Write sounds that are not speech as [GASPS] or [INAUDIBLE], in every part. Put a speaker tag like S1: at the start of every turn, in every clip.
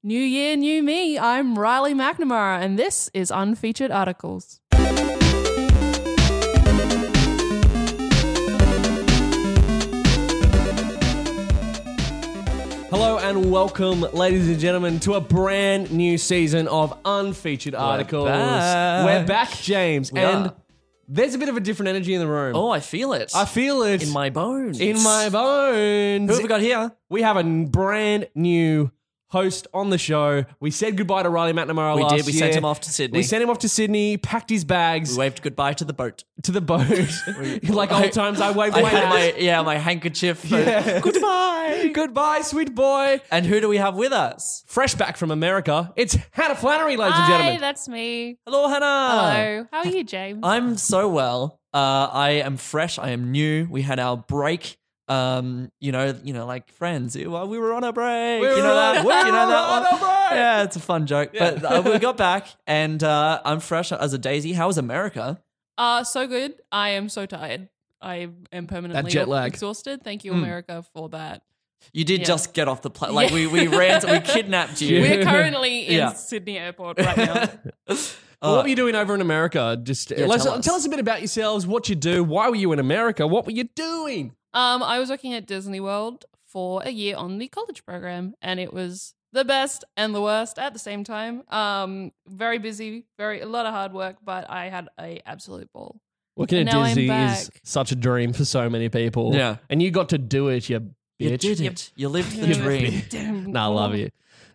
S1: New year, new me. I'm Riley McNamara, and this is Unfeatured Articles.
S2: Hello and welcome, ladies and gentlemen, to a brand new season of Unfeatured Articles.
S3: back.
S2: We're back, James,
S3: We
S2: and
S3: are.
S2: there's a bit of a different energy in the room.
S3: Oh, I feel it.
S2: I feel it
S3: in my bones.
S2: in my bones.
S3: Who have we got here?
S2: We have a n- brand new host on the show. We said goodbye to Riley McNamara
S3: We
S2: last
S3: did. We sent
S2: year.
S3: him off to Sydney.
S2: We sent him off to Sydney. Packed his bags
S3: We waved goodbye to the boat.
S2: to the
S3: [LAUGHS]
S2: boat. [LAUGHS] like old times, I waved
S3: I
S2: away.
S3: had my yeah, my handkerchief. [LAUGHS]
S2: goodbye, goodbye, sweet boy.
S3: And who do we have with us?
S2: Fresh back from America, it's Hannah Flannery, ladies and
S4: Hi,
S2: gentlemen.
S4: that's me.
S3: Hello, Hannah.
S4: Hello. How are you, James?
S3: I'm so well. Uh, I am fresh. I am new. We had our break. Um, you know, you know, like friends. eh, Well, we were on a break.
S2: We
S3: you
S2: were
S3: know that.
S2: on- [LAUGHS] we
S3: you know
S2: were
S3: that
S2: on
S3: one?
S2: a break.
S3: Yeah, it's a fun joke. But uh, we got back, and uh, I'm fresh as a daisy. How was America?
S4: [LAUGHS] Uh, so good. I am so tired. I am permanently
S2: That jet lag. Hmm.
S4: exhausted. Thank you, America, for that.
S3: You did
S4: Yeah.
S3: just get off the plane. Like
S4: Yeah.
S3: we we ran,
S4: [LAUGHS]
S3: we kidnapped you.
S4: We're
S2: [LAUGHS]
S3: [LAUGHS]
S4: currently in
S3: Yeah.
S4: Sydney Airport right
S3: [LAUGHS]
S4: now.
S3: Uh,
S2: Well, what were you doing over in America? Just
S3: Yeah,
S2: let's, Uh, tell,
S3: tell
S2: us.
S3: us.
S2: a bit about yourselves, what you do, why were you in America, what were you doing?
S4: um, I was working at Disney World for a year on the college program, and it was the best and the worst at the same time. Um, very busy, very a lot of hard work, but I had a absolute ball.
S2: Working at
S4: Now I'm
S2: Disney is
S4: back.
S2: such a dream for so many people.
S3: Yeah.
S2: and you got to do it, you
S3: You
S2: bitch.
S3: did it.
S4: Yep.
S3: You lived the
S4: You
S3: dream.
S4: Damn.
S2: Nah, I love you.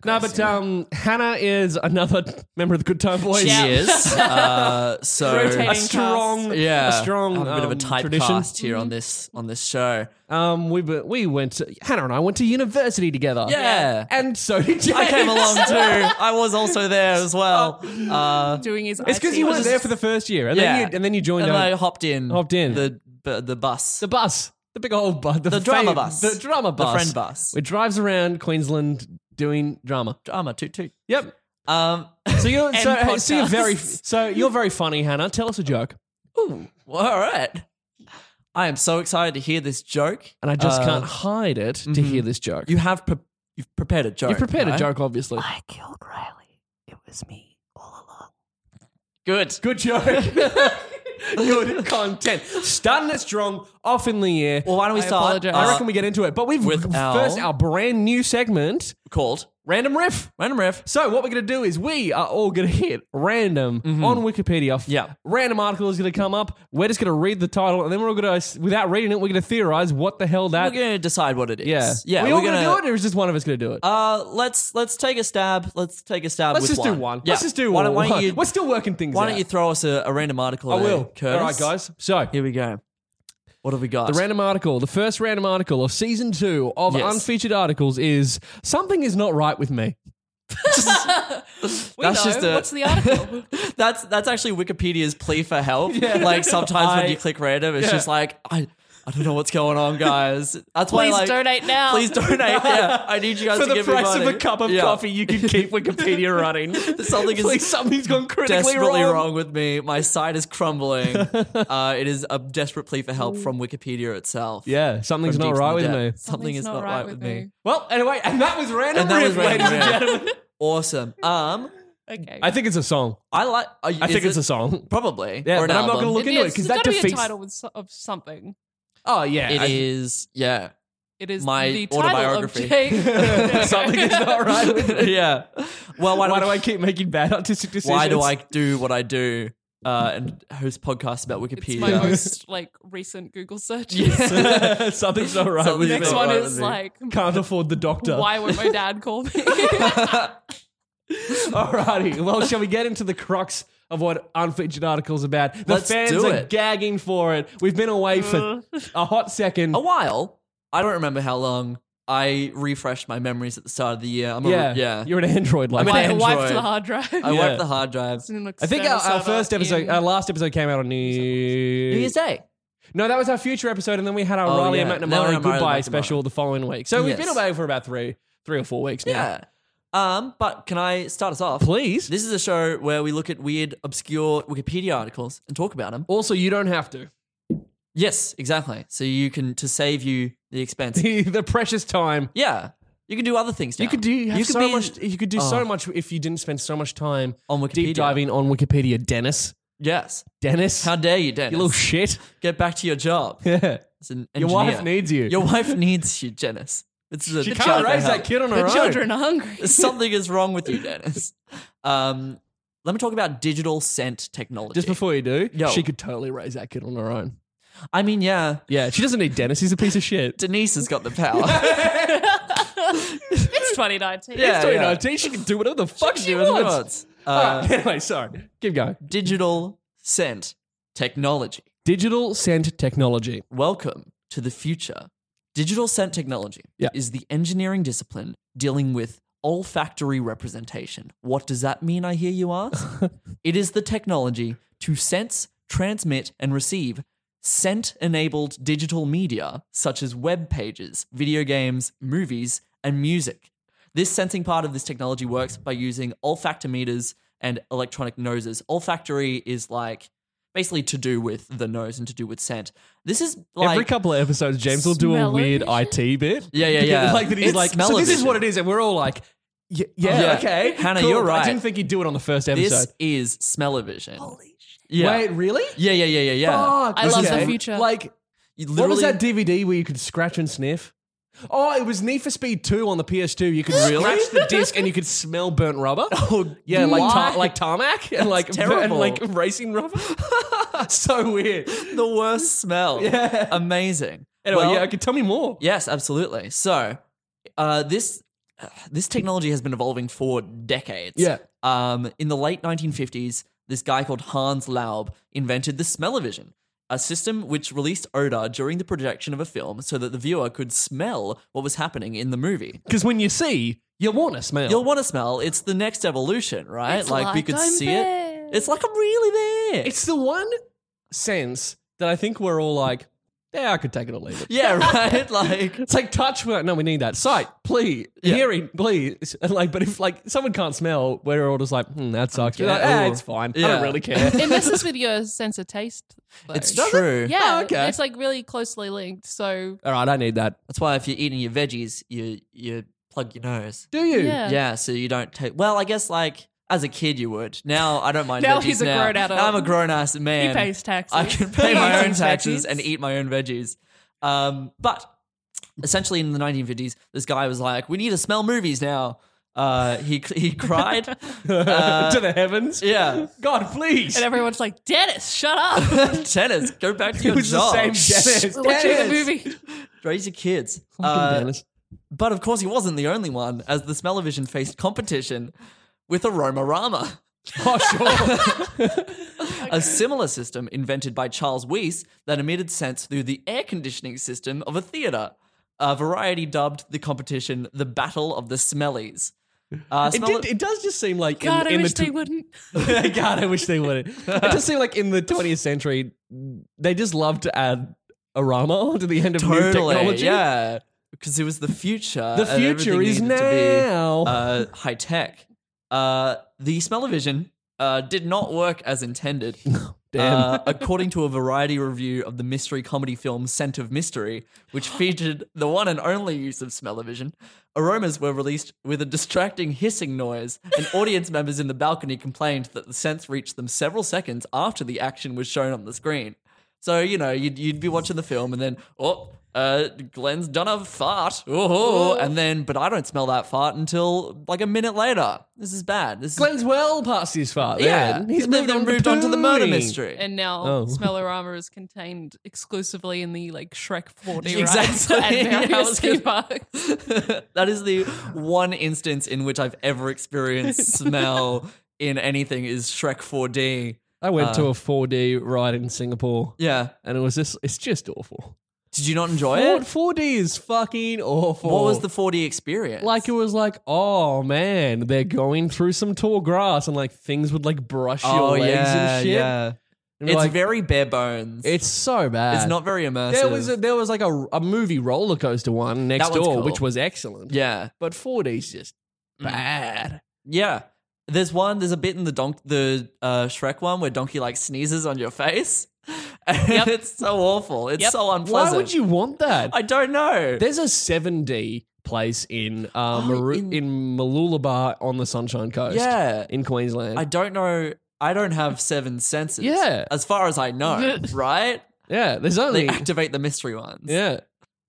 S2: No, but
S3: yeah.
S2: um, Hannah is another [LAUGHS] member of the Good Time Boys.
S4: [LAUGHS]
S3: She is. Uh, so
S4: Rotating
S2: A strong,
S4: cast.
S3: yeah,
S2: a strong
S3: I have a bit of a
S2: um, tradition.
S3: typecast
S4: Mm-hmm.
S3: here on this on this show.
S2: Um, we we went. Hannah and I went to university together.
S3: Yeah.
S4: [LAUGHS]
S2: and so did James.
S3: I came along too. I was also there
S4: [LAUGHS]
S3: as well. Uh,
S4: Doing his
S2: It's because you
S4: were
S2: weren't there for the first year, and
S3: Yeah.
S2: then you and then you joined
S3: and
S2: our-
S3: I hopped in.
S2: Oh, Hopped in.
S3: the bu- the bus.
S2: the bus, the big old bus,
S3: The drama bus.
S2: the drama
S3: The
S2: bus,
S3: friend bus.
S2: It drives around Queensland doing drama.
S3: drama toot toot.
S2: Yep.
S3: Um, [LAUGHS]
S2: So you're
S3: And
S2: so, so you're
S3: podcasts.
S2: very so you're very funny, Hannah. Tell us a joke,
S3: ooh, well, all right. I am so excited to hear this joke,
S2: and I just
S3: Uh, mm-hmm.
S2: can't hide it to hear this joke.
S3: You have pre- you've prepared a joke.
S2: You've prepared a
S3: right?
S2: joke, obviously.
S3: Good.
S2: Good
S3: [LAUGHS]
S2: joke. Good content. Starting it strong, off in the air.
S3: Well, why don't we
S4: I
S3: start?
S4: apologize.
S2: I
S3: uh,
S2: reckon we get into it. But we've
S3: with our-
S2: first our brand new segment,
S3: called
S2: Random Riff.
S3: random riff.
S2: So what we're going to do is we are all going to hit random on Wikipedia.
S3: Mm-hmm. Yeah.
S2: Random article is going to come up. We're just going to read the title, and then we're all going to, without reading it, we're going to theorize what the hell that.
S3: we're gonna decide what it is.
S2: yeah.
S3: yeah.
S2: We
S3: we're
S2: all going to do it, or is just one of us going to do it?
S3: Uh, let's let's take a stab. Let's take a stab.
S2: Let's
S3: with
S2: just
S3: one.
S2: do one.
S3: Yeah.
S2: Let's just do
S3: Why
S2: one.
S3: don't, why don't
S2: [LAUGHS]
S3: you?
S2: we're still working things
S3: Why
S2: out.
S3: don't you throw us a, a random article?
S2: I
S3: there,
S2: will. All
S3: Curtis?
S2: right, guys. So
S3: Here we go. What have we got?
S2: The random article, the first random article of season two of
S3: Yes.
S2: unfeatured articles is something is not right with me. [LAUGHS]
S4: We know. What's the article?
S3: that's that's actually Wikipedia's plea for
S2: [LAUGHS]
S3: help. Like sometimes
S2: I-
S3: when you click random, it's
S2: Yeah.
S3: just like I. I don't know what's going on, guys. That's why,
S4: Please
S3: like,
S4: donate now.
S3: Please
S2: [LAUGHS]
S3: donate. Yeah, I need you guys
S2: For
S3: to
S2: the
S3: give me
S2: price of
S3: money.
S2: a cup of
S3: Yeah.
S2: coffee, you can keep
S3: [LAUGHS]
S2: Wikipedia running.
S3: Something is
S2: Please, something's gone critically
S3: desperately
S2: wrong.
S3: wrong. with me. My side
S2: [LAUGHS]
S3: is crumbling. uh, it is a desperate plea for help from Wikipedia itself.
S2: Yeah, something's
S3: From
S2: not
S3: deep
S2: right
S3: in
S2: with
S3: the
S2: me.
S3: depths. Something is not right with
S2: [LAUGHS]
S3: me.
S2: Well, anyway, and that was random
S3: And that
S2: riff,
S3: was random
S2: ladies and
S3: riff.
S2: gentlemen.
S3: Awesome. Um,
S4: Okay.
S2: I think it's a song.
S3: I like. are you-
S2: I
S3: is
S2: think it's
S3: it-
S2: a song.
S3: Probably.
S2: Yeah,
S3: or an
S2: but I'm not
S3: album.
S2: gonna look into it
S4: is-
S2: 'cause
S4: there's
S2: that
S4: gotta be
S2: defeats-
S4: a title with so- of something.
S2: Oh yeah,
S3: It
S2: I-
S3: is. Yeah.
S4: It is
S3: My
S4: the title of
S3: autobiography. [LAUGHS]
S4: Jake.
S2: [LAUGHS] something is not right. With me.
S3: yeah. Well, why,
S2: Why do
S3: do
S2: I keep making bad artistic decisions?
S3: Why do
S2: [LAUGHS]
S3: I do what I do uh, and host podcasts about
S4: [LAUGHS] It's my
S3: [LAUGHS] Wikipedia?
S4: most like recent Google search. [LAUGHS]
S2: something's not right with
S3: Something's
S2: me.
S4: Next
S3: not
S4: one
S3: right
S4: is
S3: with me.
S4: like,
S2: Can't afford the doctor.
S4: why won't my dad call me?
S2: Alrighty. Well, shall we get into the crux of what unfeatured articles about? The
S3: Let's
S2: fans
S3: do
S2: are
S3: it. Mm.
S2: gagging for it. We've been away for a hot second.
S3: a while. I don't remember how long. I refreshed my memories at the start of the year. I'm a,
S2: yeah,
S3: yeah.
S2: You're an Android like
S3: I'm an
S2: that.
S3: Android.
S4: Wipe to the hard drive.
S3: I
S4: [LAUGHS]
S2: Yeah.
S3: wiped the hard drives.
S4: It's an
S2: I think our,
S4: external
S2: our
S4: server
S2: first episode,
S4: in-
S2: our last episode came out on New
S3: New Year's Day.
S2: No, that was our future episode, and then we had our
S3: Oh,
S2: Riley
S3: yeah.
S2: and McNamara
S3: Leonard and Riley
S2: goodbye
S3: McNamara.
S2: special the following week. So we've been
S3: Yes.
S2: away for about three, three or four weeks now.
S3: Yeah. Um, but can I start us off?
S2: Please.
S3: This is a show where we look at weird, obscure Wikipedia articles and talk about them.
S2: Also, you don't have to. [LAUGHS]
S3: Yes, exactly. So you can to save you the expense.
S2: The, the precious time.
S3: yeah, you can do other things.
S2: You
S3: now.
S2: could do you have
S3: could
S2: so
S3: be in-
S2: much. You could do so
S3: Oh.
S2: much if you didn't spend so much time
S3: on Wikipedia.
S2: deep diving on Wikipedia. Dennis,
S3: Yes.
S2: Dennis,
S3: How dare you, Dennis?
S2: you [LAUGHS] little shit. [LAUGHS]
S3: Get back to your job.
S2: Yeah.
S3: As an
S2: [LAUGHS] Your
S3: engineer.
S2: wife needs you.
S3: Your wife needs you, Dennis. This is a
S2: she
S3: the
S2: can't
S3: child
S2: raise
S3: they
S2: that
S3: have.
S2: kid on her
S4: The
S2: own.
S4: children are hungry.
S3: [LAUGHS] Something is wrong with you, Dennis. Um, let me talk about digital scent technology.
S2: Just before you do,
S3: Yo.
S2: she could totally raise that kid on her own.
S3: I mean, yeah,
S2: Yeah, she doesn't need Dennis. He's a piece of shit.
S3: Denise has got the
S2: [LAUGHS]
S3: power.
S4: it's 2019.
S3: Yeah.
S2: Sorry, no, She can do whatever the fuck she,
S3: She
S2: wants.
S3: wants.
S2: All
S3: Uh,
S2: right, [LAUGHS] anyway, sorry. Keep going.
S3: digital scent technology.
S2: Digital scent technology.
S3: Welcome to the future. Digital scent technology
S2: Yeah.
S3: is the engineering discipline dealing with olfactory representation. What does that mean, I hear you ask? it is the technology to sense, transmit, and receive scent enabled digital media such as web pages, video games, movies, and music. This sensing part of this technology works by using olfactometers and electronic noses. Olfactory is like basically to do with the nose and to do with scent. This is like
S2: Every couple of episodes, James will do a weird IT bit.
S3: Yeah, yeah,
S2: [LAUGHS]
S3: yeah.
S2: like that he's
S3: It's
S2: like, so this
S3: smell-o-vision.
S2: is what it is, and we're all like, yeah, yeah,
S3: Yeah.
S2: okay,
S3: Hannah,
S2: cool.
S3: you're
S2: I
S3: right.
S2: didn't think he'd do it on the first episode.
S3: This is smell-o-vision. Holy shit. Yeah.
S2: Wait, really?
S3: Yeah, yeah, yeah, yeah, yeah.
S2: Fuck,
S4: I love
S2: okay.
S4: the future.
S2: Like,
S3: You
S2: what was
S3: literally-
S2: that DVD where you could scratch and sniff? Oh, it was Need for Speed 2 on the PS2. You could scratch the disc and you [LAUGHS] could smell burnt rubber. Oh, yeah, like tar-
S3: why?
S2: like tarmac and like and
S3: terrible.
S2: like racing rubber. [LAUGHS] so weird.
S3: The worst smell.
S2: [LAUGHS] Yeah.
S3: Amazing.
S2: Anyway,
S3: Well,
S2: yeah, okay, tell me more.
S3: Yes, absolutely. So, uh, this [SIGHS] this technology has been evolving for decades.
S2: Yeah.
S3: Um, in the late 1950s, this guy called Hans Laub invented the smell-o-vision, a system which released odor during the projection of a film so that the viewer could smell what was happening in the movie.
S2: Because when you see, you want to smell.
S3: You'll want to smell. It's the next evolution, right?
S4: It's
S3: like, we
S4: like
S3: could
S4: I'm
S3: see
S4: there.
S3: it. It's like I'm really there.
S2: it's the one sense that I think we're all like, yeah, I could take it or leave it.
S3: [LAUGHS] yeah,
S4: [LAUGHS]
S3: right. Like
S2: It's like touch. we're like, No, we need that. Sight, please.
S3: Yeah.
S2: Hearing, please. And like, but if like someone can't smell, we're all just like, hmm, that sucks. You're like,
S3: Yeah.
S2: "Ah,
S3: Ooh.
S2: it's fine. I
S3: Yeah.
S2: don't really [LAUGHS] care.
S4: It messes with your sense of taste. though.
S3: it's true.
S4: Yeah,
S2: Oh, okay.
S4: it's like really closely linked. So
S2: all right, I need that.
S3: That's why if you're eating your veggies, you you plug your nose.
S2: Do you? [LAUGHS]
S4: yeah,
S3: Yeah, so you don't take. Well, I guess like as a kid you would. Now I don't mind.
S4: [LAUGHS] Now
S3: veggies
S4: he's a
S3: now.
S4: grown adult.
S3: Now I'm a grown ass
S4: [LAUGHS]
S3: man.
S4: he pays taxes.
S3: I can pay
S4: [LAUGHS] He
S3: my own
S4: eats
S3: taxes
S4: veggies.
S3: and eat my own veggies. Um, but essentially, in the 1950s, this guy was like, "We need to smell movies now." Uh, he he cried.
S4: [LAUGHS]
S2: [LAUGHS]
S3: Uh,
S2: to the heavens.
S3: yeah, [LAUGHS]
S2: God, please.
S4: And everyone's like, Dennis, shut up.
S3: tennis. Go back to
S2: It
S3: your
S2: was the
S3: job.
S2: same Dennis.
S4: We're watching the
S2: Dennis.
S4: movie.
S3: Raise your kids.
S2: Fucking
S3: Uh,
S2: Dennis.
S3: But of course, he wasn't the only one, as the Smell-O-Vision faced competition with Aromarama,
S2: [LAUGHS] Oh, sure.
S3: a similar system invented by Charles Weiss that emitted scents through the air conditioning system of a theater. A variety dubbed the competition the Battle of the Smellies. Uh,
S2: it,
S3: Smell-O-
S2: did, it does just seem like
S4: God,
S2: in,
S4: I
S2: in
S4: wish
S2: the
S4: they wouldn't.
S2: tw- [LAUGHS] God, I wish they would. It does seem like in the 20th century, they just love to add arama [LAUGHS] to the end of new
S3: totally,
S2: technology.
S3: yeah, because it was the future.
S2: The
S3: and
S2: future
S3: everything
S2: is
S3: needed to be-
S2: now.
S3: uh, high tech. Uh, the smell-o-vision uh, did not work
S2: [LAUGHS]
S3: as intended.
S2: Damn.
S3: Uh, according to a variety review of the mystery comedy film Scent of Mystery, which featured the one and only use of smell-o-vision, aromas were released with a distracting hissing noise,
S2: [LAUGHS]
S3: and audience members in the balcony complained that the scents reached them several seconds after the action was shown on the screen. So, you know, you'd, you'd be watching the film and then, oh, uh, Glenn's done a fart. Oh, and then, but I don't smell that fart until like a minute later. This is bad. This is,
S2: Glenn's well past his fart.
S3: yeah.
S2: then. He's
S3: And then
S2: moved, on,
S3: they've moved on to the murder
S2: pooing.
S3: mystery.
S4: And now
S2: Oh.
S4: Smellorama is contained exclusively in the like Shrek 40 rides [LAUGHS]
S3: Exactly. [LAUGHS]
S4: at
S3: I was
S4: various
S3: gonna-
S4: theme
S3: [LAUGHS]
S4: parks.
S3: [LAUGHS] that is the one instance in which I've ever experienced
S2: [LAUGHS]
S3: smell in anything is Shrek 4D. Uh.
S2: I went to a 4D ride in Singapore,
S3: Yeah.
S2: and it was just—it's just awful.
S3: Did you not enjoy
S2: Four,
S3: it?
S2: 4D is fucking awful.
S3: What was the 4D experience?
S2: like it was like, oh man, they're going through some tall grass and like things would like brush your legs and shit.
S3: Oh, Yeah.
S2: And
S3: It's
S2: like,
S3: very bare bones.
S2: it's so bad.
S3: it's not very immersive.
S2: There was a, there was like a, a movie roller coaster one next
S3: one's
S2: door,
S3: cool.
S2: which was excellent.
S3: yeah, Mm.
S2: but 4D's just bad.
S3: yeah. There's one. There's a bit in the donk the uh, Shrek one where Donkey like sneezes on your face, [LAUGHS] and it's so awful. It's
S1: Yep.
S3: so
S2: Why
S3: unpleasant.
S2: would you want that?
S3: I don't know.
S2: There's a 7D place in uh,
S3: Oh,
S2: Maru- in,
S3: in-
S2: Mooloolaba on the Sunshine Coast.
S3: Yeah.
S2: in Queensland.
S3: I don't know. I don't have seven senses.
S2: Yeah.
S3: As far as
S2: [LAUGHS]
S3: I know, right?
S2: yeah, there's
S3: They
S2: only
S3: activate the mystery
S2: [LAUGHS]
S3: ones.
S2: yeah.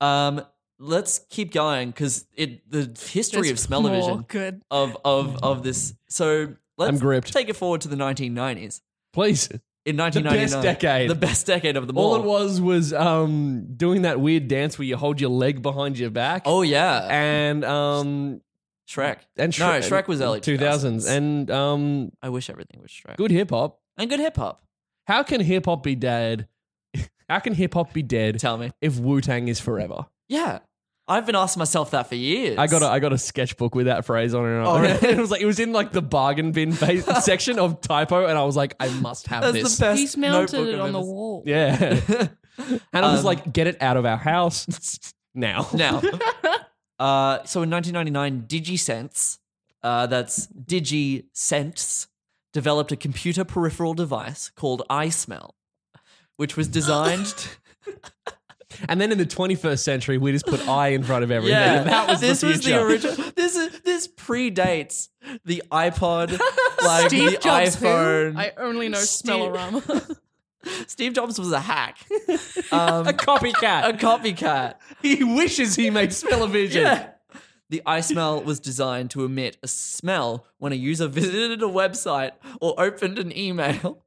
S3: Um, let's keep going because it the history of smell-o-vision
S1: Good.
S3: of of of this. So let's
S2: I'm gripped.
S3: take it forward to the 1990s.
S2: Please,
S3: In
S2: best
S3: 1999,
S2: decade.
S3: the best decade of them
S2: all
S3: all.
S2: it was was um doing that weird dance where you hold your leg behind your back.
S3: Oh yeah,
S2: and um
S3: Shrek
S2: and
S3: no,
S2: Shre-
S3: Shrek was early
S2: 2000s and um
S3: I wish everything was Shrek.
S2: good hip hop.
S3: and good hip hop.
S2: How can hip hop be dead? [LAUGHS] How can hip hop be dead
S3: Tell me,
S2: if Wu Tang is forever?
S3: yeah, I've been asking myself that for years.
S2: I got a, I got a sketchbook with that phrase on it. [LAUGHS]
S3: Oh, really?
S2: it was like it was in like the bargain bin face
S3: [LAUGHS]
S2: section of typo, and I was like, I must have
S3: That's
S2: this.
S3: the best.
S1: He's
S3: notebook
S1: mounted it
S3: I've
S1: on the
S3: ever-
S1: wall.
S4: [LAUGHS]
S2: yeah,
S3: [LAUGHS]
S2: and I was
S3: Um,
S2: like, get it out of our house [LAUGHS] now.
S3: [LAUGHS] Now, [LAUGHS] uh, so in 1999, DigiSense, uh, that's DigiSense, developed a computer peripheral device called iSmell, which was designed.
S2: [LAUGHS]
S3: [LAUGHS]
S2: And then in the 21st century, we just put I in front of everything.
S3: yeah,
S2: and that was
S3: this
S2: the
S3: was the
S2: future.
S3: original. [LAUGHS] This is this predates the [LAUGHS] iPod, like
S1: Steve
S3: the
S1: Jobs who?
S3: iPhone.
S1: I only know
S3: Steve- [LAUGHS]
S1: Smellorama.
S3: Steve Jobs was a hack, um,
S2: a copycat.
S3: [LAUGHS] a copycat.
S2: he wishes he made television.
S3: Yeah. The eye smell was designed to emit a smell when a user [LAUGHS] visited a website or opened an email.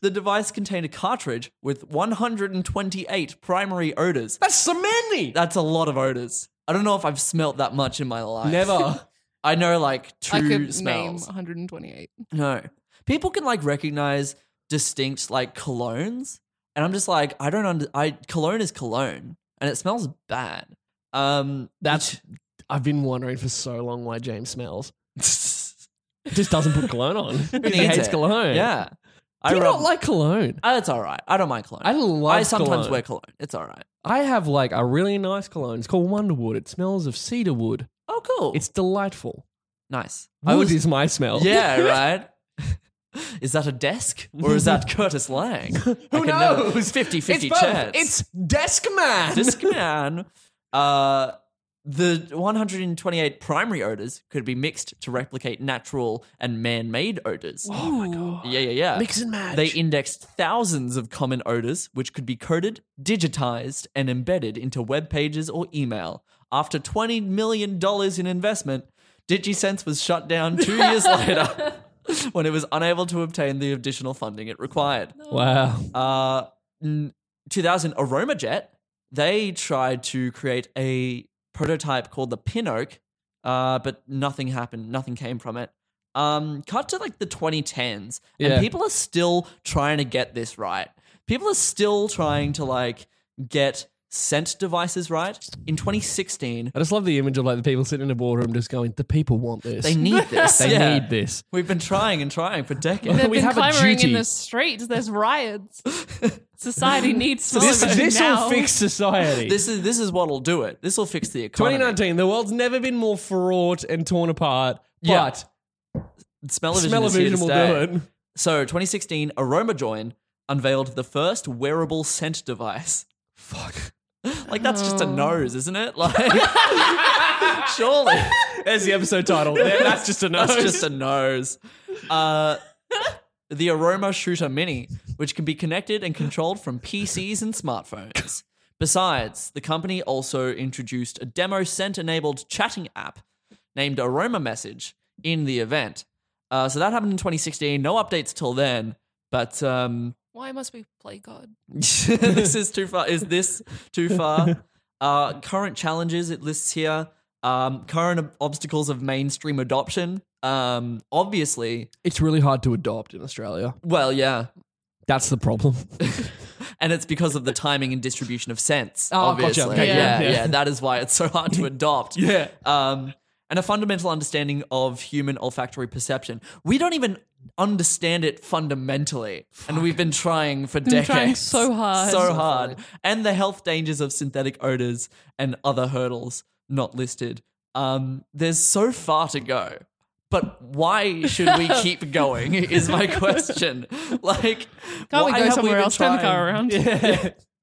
S3: the device contained a cartridge with 128 primary odors.
S2: That's so many.
S3: That's a lot of odors. I don't know if I've smelt that much in my life.
S2: Never.
S3: I know like two
S1: I could name
S3: smells. [LAUGHS]
S1: 128.
S3: No. People can like recognize distinct like colognes. And I'm just like, I don't under I cologne is cologne. And it smells bad. Um
S2: That's. I've been wondering for so long why James smells. [LAUGHS]
S3: [LAUGHS]
S2: Just doesn't put cologne [LAUGHS] on.
S3: needs
S2: he hates
S3: it?
S2: cologne.
S3: Yeah.
S2: I do you
S3: rub-
S2: not like cologne?
S3: Uh, it's all right. I don't mind cologne.
S2: I love
S3: I sometimes
S2: cologne.
S3: wear cologne. It's all right.
S2: I have like a really nice cologne. It's called Wonderwood. It smells of cedarwood.
S3: Oh, cool.
S2: It's delightful.
S3: nice.
S2: Wood is my smell. [LAUGHS]
S3: yeah, right. Is that a desk or
S2: [LAUGHS]
S3: is that Curtis Lang? Who
S2: knows?
S3: 50 50
S2: it's both.
S3: chance.
S2: It's desk
S3: [LAUGHS]
S2: man.
S3: Disc man. Uh, the 128 primary odors could be mixed to replicate natural and man made odors.
S2: [LAUGHS] oh my god.
S3: Yeah, yeah, yeah.
S2: Mix and match.
S3: They indexed thousands of common odors, which could be coded, digitized, and embedded into web pages or email. After $20 million in investment, DigiSense was shut down two years later [LAUGHS] when it was unable to obtain the additional funding it required.
S2: wow.
S3: Uh, in 2000, AromaJet, they tried to create a prototype called the Pinoak, uh, but nothing happened. Nothing came from it. Um, cut to like the 2010s,
S2: Yeah.
S3: and people are still trying to get this right. People are still trying to like get scent devices right. In 2016,
S2: I just love the image of like the people sitting in a boardroom just going, the people want this.
S3: they need
S2: [LAUGHS]
S3: this.
S2: They
S3: Yeah.
S2: need this.
S3: We've been trying and trying for
S2: [LAUGHS]
S3: decades.
S1: They've
S2: We
S1: been
S2: have a
S1: clamoring in
S2: duty.
S1: the streets. There's
S3: [LAUGHS]
S1: riots. Society needs
S2: This,
S1: smell
S2: this
S1: now.
S2: will fix [LAUGHS] society.
S3: This is this is what'll do it. This will fix the economy.
S2: 2019, the world's never been more fraught and torn apart,
S3: Yeah.
S2: but
S3: Smell-o-vision
S2: smell
S3: is here to
S2: will
S3: stay.
S2: do it.
S3: So, 2016, AromaJoin unveiled the first wearable scent device. Fuck. [LAUGHS] Like, that's just a nose, isn't it? [LAUGHS] Like, surely.
S2: There's the episode [LAUGHS] title. There- That's just a nose.
S3: That's just a nose. Uh, the Aroma Shooter Mini, which can be connected and controlled from PCs and smartphones. Besides, the company also introduced a demo scent enabled chatting app named Aroma Message in the event. Uh, so that happened in 2016. No updates till then. But um,
S4: Why must we play God?
S3: [LAUGHS] this is too far. Is this too far? Uh, current challenges it lists here. Um, current ob- obstacles of mainstream adoption. Um, obviously,
S2: It's really hard to adopt in Australia.
S3: well, yeah.
S2: That's the problem.
S3: and it's because of the timing and distribution of sense.
S2: Oh, gotcha.
S3: obviously.
S2: Okay,
S3: yeah,
S2: yeah,
S3: yeah,
S2: yeah.
S3: That is why it's so
S1: [LAUGHS]
S3: hard to adopt.
S2: Yeah.
S3: Um, and a fundamental understanding of human olfactory perception. We don't even understand it fundamentally, and we've been trying for
S1: Been
S3: decades.
S1: trying so hard.
S3: so hard, and the health dangers of synthetic odors and other hurdles not listed. Um, there's so far to go. But why should
S1: [LAUGHS]
S3: we keep going? Is my question. [LAUGHS] Like,
S1: Can't
S3: why
S1: we
S3: have
S1: go somewhere
S3: been
S1: else? Turn the car
S3: trying? [LAUGHS]
S1: around.
S2: [LAUGHS]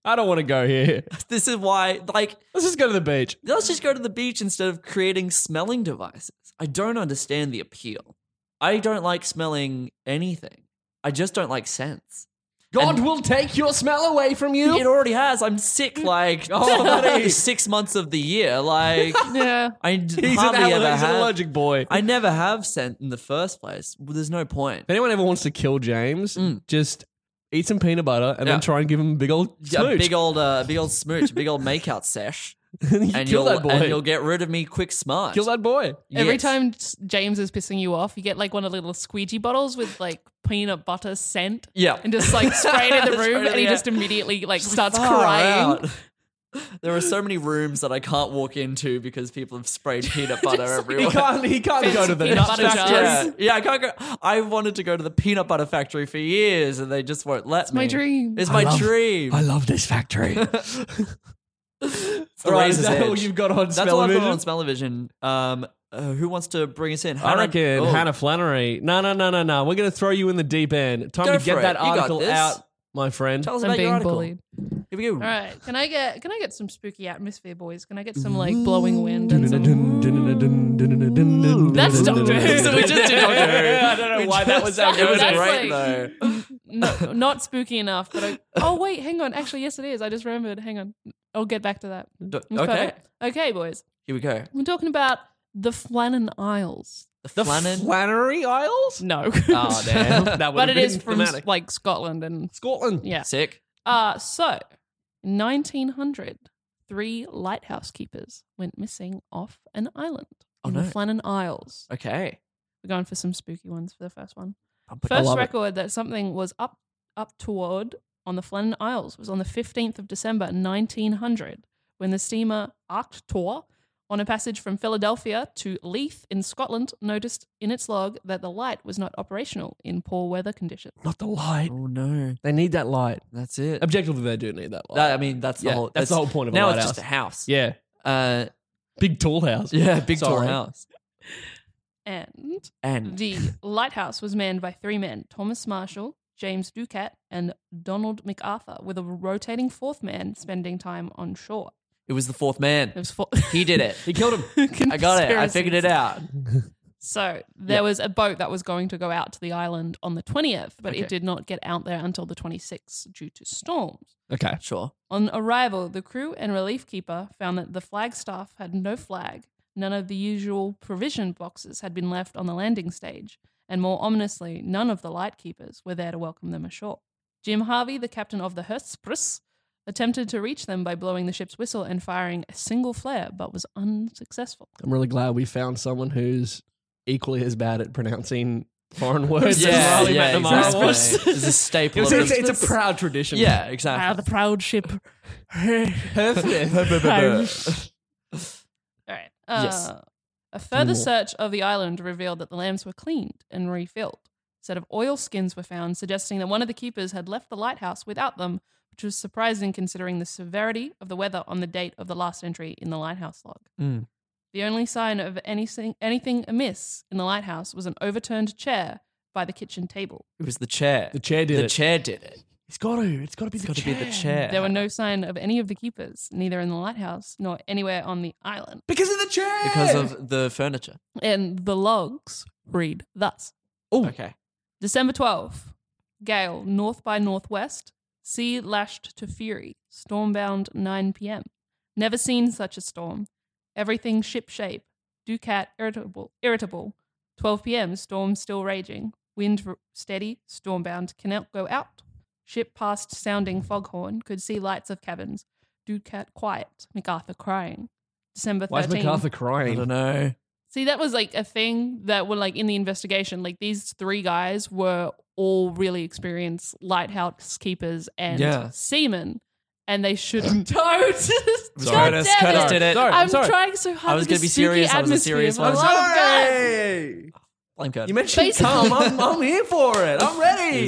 S2: I don't want to go here.
S3: This is why, like,
S2: Let's just go to the beach.
S3: let's just go to the beach instead of creating smelling devices. I don't understand the appeal. I don't like smelling anything. I just don't like scents.
S2: God
S3: And-
S2: will take your smell away from
S3: It
S2: you.
S3: already has. I'm sick.
S1: Mm. [LAUGHS]
S3: Like
S2: Oh, buddy.
S3: six months of the year. Like
S1: Yeah.
S3: I d-
S2: He's, an,
S3: hardly
S2: aller-
S3: ever
S2: he's an
S3: have.
S2: allergic boy.
S3: I never have scent in the first place. Well, there's no point.
S2: if anyone ever wants to kill James, just eat some peanut butter and
S3: Yeah.
S2: then try and give him a big old
S3: A
S2: smooch.
S3: big old, uh, big old smooch, a big old
S1: [LAUGHS]
S3: makeout sesh,
S2: [LAUGHS] you
S3: and
S2: kill
S3: you'll
S2: that boy.
S3: and you'll get rid of me quick, smart.
S2: kill that boy.
S1: Every
S3: Yes.
S1: time James is pissing you off, you get like one of the little squeegee bottles with like peanut butter scent.
S3: Yeah.
S1: And just like spray it in
S3: [LAUGHS]
S1: the
S3: Spray it
S1: room
S3: in
S1: and he
S3: the air.
S1: just immediately like starts
S3: Far
S1: crying.
S3: out. [LAUGHS] There are so many rooms that I can't walk into because people have sprayed peanut butter everywhere.
S2: He can't. He can't go to the
S1: Peanut
S2: next
S1: butter
S2: factory.
S3: yeah,
S1: jars.
S3: yeah, I can't go. I wanted to go to the peanut butter factory for years, and they just won't let me.
S1: my dream.
S3: It's
S2: I
S3: my
S2: love-
S3: dream.
S2: I love this factory.
S3: It's the
S2: All right,
S3: razor's
S2: is that all
S3: edge.
S2: you've got on
S3: That's all I've got on
S2: Smell-O-Vision?
S3: Smell-O-Vision. Um, uh, who wants to bring us in?
S2: I
S3: Hannah-
S2: reckon
S3: oh.
S2: Hannah Flannery. No, no, no, no, no. We're going to throw you in the deep end. Time
S3: Go
S2: to
S3: for
S2: get
S3: it.
S2: that
S3: You got
S2: article
S3: this.
S2: out, my friend.
S3: Tell us
S1: I'm
S3: about your
S1: being
S3: article.
S1: bullied.
S3: Here we go.
S1: All right. Can I get can I get some spooky atmosphere, boys? Can I get some like blowing wind and some
S2: That's
S1: Doctor Who. [LAUGHS]
S3: So [LAUGHS] we just did [LAUGHS] Doctor Who.
S2: I don't know why that was our
S3: It was
S1: That's
S3: great
S1: like-
S3: though.
S1: no, not spooky enough, but I, oh wait, hang on. Actually, yes, it is. I just remembered. Hang on, I'll get back to that.
S3: Do-
S1: It's
S3: Okay,
S1: perfect. okay, boys.
S3: here we go.
S1: We're talking about the Flannan Isles.
S3: The Flannan.
S2: Flannery Isles?
S1: No, [LAUGHS]
S2: Oh, damn. That
S1: but
S2: would've
S1: it
S2: been
S1: is from
S2: thematic.
S1: like Scotland and
S2: Scotland.
S1: yeah.
S3: Sick.
S1: Uh so 1900, three lighthouse keepers went missing off an island
S3: Oh,
S1: in
S3: no.
S1: the Flannan Isles.
S3: Okay.
S1: We're going for some spooky ones for the first one.
S3: I
S1: First
S3: love it.
S1: record that something was up up toward on the Flannan Isles was on the 15th of December 1900 when the steamer Arctur on a passage from Philadelphia to Leith in Scotland noticed in its log that the light was not operational in poor weather conditions.
S2: Not the light.
S3: Oh no,
S2: They need that light.
S3: that's it.
S2: Objectively, they do need that light.
S3: That- I mean, that's the
S2: Yeah,
S3: whole.
S2: that's the whole point of a
S3: now it's
S2: lighthouse.
S3: just a house.
S2: yeah.
S3: Uh,
S2: Big tall house.
S3: yeah, big tall
S2: Sorry.
S3: house.
S1: And
S3: And
S1: the lighthouse was manned by three men, Thomas Marshall, James Ducat, and Donald MacArthur, with a rotating fourth man spending time on shore.
S3: it was the fourth
S1: It
S3: man.
S1: was four-
S3: He did it.
S2: [LAUGHS] He killed him.
S3: [LAUGHS]
S1: [LAUGHS]
S3: I got it. I figured it out.
S1: So there was a boat that was going to go out to the island on the 20th, but
S3: Okay.
S1: it did not get out there until the 26th due to storms.
S2: Okay. [LAUGHS]
S3: Sure.
S1: On arrival, the crew and relief keeper found that the flagstaff had no flag, none of the usual provision boxes had been left on the landing stage, and more ominously, none of the light keepers were there to welcome them ashore. Jim Harvey, the captain of the Hurstspruce, attempted to reach them by blowing the ship's whistle and firing a single flare, but was unsuccessful.
S2: I'm really glad we found someone who's equally as bad at pronouncing foreign words.
S3: Yeah,
S2: as Riley
S3: yeah,
S2: McNamara [LAUGHS]
S3: exactly.
S2: was.
S3: It's a staple.
S2: It's,
S3: of
S2: it's,
S3: the-
S2: it's a proud Ah, tradition.
S3: yeah, exactly.
S1: proud ship All right. Uh,
S3: Yes.
S1: A further
S2: Ooh.
S1: search of the island revealed that the lamps were cleaned and refilled. A set of oil skins were found, suggesting that one of the keepers had left the lighthouse without them, which was surprising considering the severity of the weather on the date of the last entry in the lighthouse log.
S3: Mm.
S1: The only sign of anything, anything amiss in the lighthouse was an overturned chair by the kitchen table.
S3: [LAUGHS] It was the chair.
S2: The chair did
S3: The
S2: it.
S3: chair did it.
S2: It's got to. It's got to be
S3: It's
S2: the
S3: got to be
S2: chair.
S3: the chair.
S1: There were no sign of any of the keepers, neither in the lighthouse nor anywhere on the island.
S2: Because of the chair.
S3: because
S2: [LAUGHS]
S3: of the furniture.
S1: And the logs read thus.
S3: Oh, okay.
S1: December 12th, gale north by northwest, sea lashed to fury, storm bound 9 p.m. Never seen such a storm. Everything shipshape. Ducat irritable, irritable. 12 p.m. Storm still raging. Wind r- steady. Storm bound. Cannot go out. Ship past sounding foghorn. Could see lights of cabins. Ducat quiet. MacArthur crying. December 13th.
S2: Why is MacArthur
S3: I
S2: crying?
S3: don't know.
S1: See, that was like a thing that were like in the investigation. Like these three guys were all really experienced lighthouse keepers and
S3: Yeah.
S1: seamen, and
S2: [LAUGHS]
S1: they shouldn't. [LAUGHS] Don't.
S3: Sorry. Curtis, Curtis did it.
S2: Sorry,
S1: I'm
S2: sorry.
S1: trying so hard.
S3: I was
S1: going
S3: gonna
S1: to
S3: be serious. I was a
S1: atmosphere
S3: serious
S1: of
S3: one.
S1: love God.
S2: Hey!
S3: Blame Curtis.
S2: You mentioned
S1: Basically-
S2: come. I'm, I'm here for it. I'm
S3: He's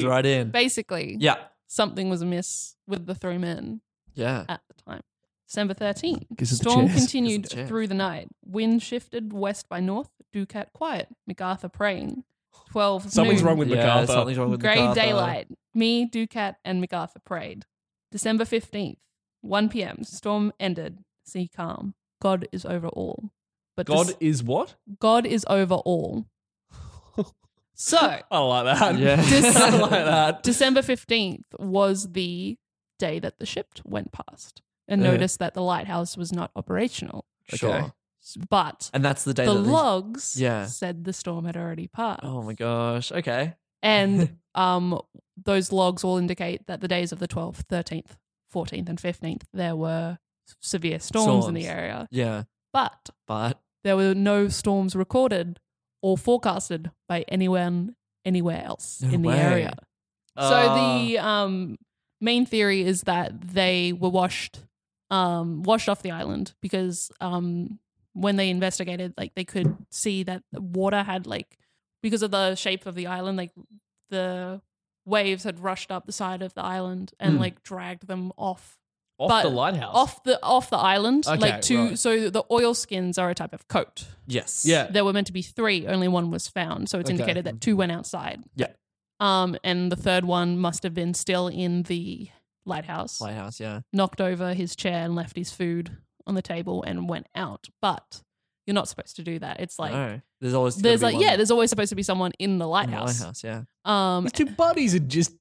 S2: ready.
S3: right in.
S1: Basically,
S3: yeah.
S1: something was amiss with the three men
S3: Yeah.
S1: at the time. December 13.
S2: Gives us the
S1: Storm
S2: chairs.
S1: continued
S3: Gives us the chairs.
S1: through the night. Wind shifted west by north. Ducat quiet. MacArthur praying. 12
S2: Something's
S1: noon.
S2: wrong with
S3: yeah,
S2: MacArthur.
S3: Something's wrong with
S1: Grey
S3: MacArthur.
S1: daylight. Me, Ducat, and MacArthur prayed. December 15th, 1 p.m. Storm ended. Sea calm. God is over all. But
S2: God
S1: this-
S2: is what?
S1: God is over
S3: [LAUGHS]
S1: all. So,
S2: I don't like that.
S3: [LAUGHS] Yeah.
S1: [LAUGHS] Just-
S2: I don't like
S1: [LAUGHS]
S2: that.
S1: December 15th was the day that the ship went past and
S3: Uh-huh.
S1: noticed that the lighthouse was not operational.
S3: Sure.
S2: Okay.
S1: But
S3: And that's the day
S1: the
S3: that they-
S1: logs
S3: Yeah.
S1: said the storm had already passed.
S3: Oh my gosh. Okay. [LAUGHS]
S1: And um, those logs all indicate that the days of the 12th, 13th, 14th, and 15th, there were severe storms, in the
S3: Storms.
S1: area.
S3: Yeah.
S1: But
S3: But
S1: there were no storms recorded or forecasted by anyone anywhere else
S3: No
S1: in the
S3: way.
S1: area.
S3: Uh,
S1: so the um, main theory is that they were washed, um, washed off the island because um, when they investigated, like they could see that the water had like because of the shape of the island, like the waves had rushed up the side of the island and
S3: Hmm.
S1: like dragged them off
S2: off
S1: but
S2: the lighthouse.
S1: off the off the island
S2: Okay,
S1: like two
S2: right.
S1: so the oil skins are a type of coat
S3: yes.
S2: Yeah.
S1: there were meant to be three only one was found so it's
S2: Okay.
S1: indicated that two went outside
S3: Yeah.
S1: um and the third one must have been still in the lighthouse
S3: Lighthouse. Yeah.
S1: knocked over his chair and left his food on the table and went out but you're not supposed to do that it's like
S3: No. there's always gotta
S1: there's
S3: be
S1: like
S3: one
S1: yeah there's always supposed to be someone in the
S3: in the
S1: lighthouse,
S3: lighthouse. Yeah.
S1: um
S2: His two buddies had just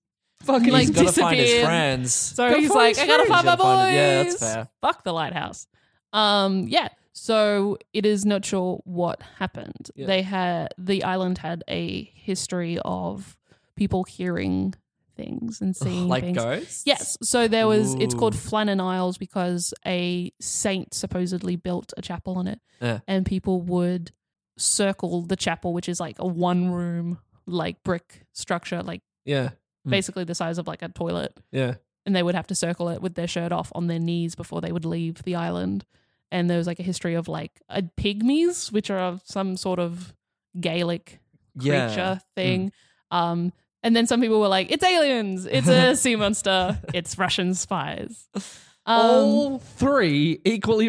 S2: fucking
S1: Like,
S3: He's got to find his
S1: disappeared.
S3: friends.
S1: So
S2: Gotta
S1: he's
S2: find
S1: like,
S2: his
S1: I gotta
S2: friends.
S1: find my
S3: Gotta find
S1: boys.
S3: it. Yeah, that's fair.
S1: Fuck the lighthouse. Um, yeah. So it is not sure what happened.
S2: Yeah.
S1: They had the island had a history of people hearing things and seeing
S3: like
S1: things.
S3: ghosts.
S1: Yes. So there was. It's called
S3: Ooh.
S1: Flannan Isles because a saint supposedly built a chapel on it,
S3: Yeah.
S1: and people would circle the chapel, which is like a one room like brick structure, like
S2: Yeah,
S3: Hmm.
S1: basically the size of like a toilet
S2: yeah.
S1: and they would have to circle it with their shirt off on their knees before they would leave the island. And there was like a history of like uh, pygmies, which are some sort of Gaelic creature
S3: Yeah.
S1: thing. Um, and then some people were like, "It's aliens! It's a sea monster! It's Russian spies!" Um,
S2: All three equally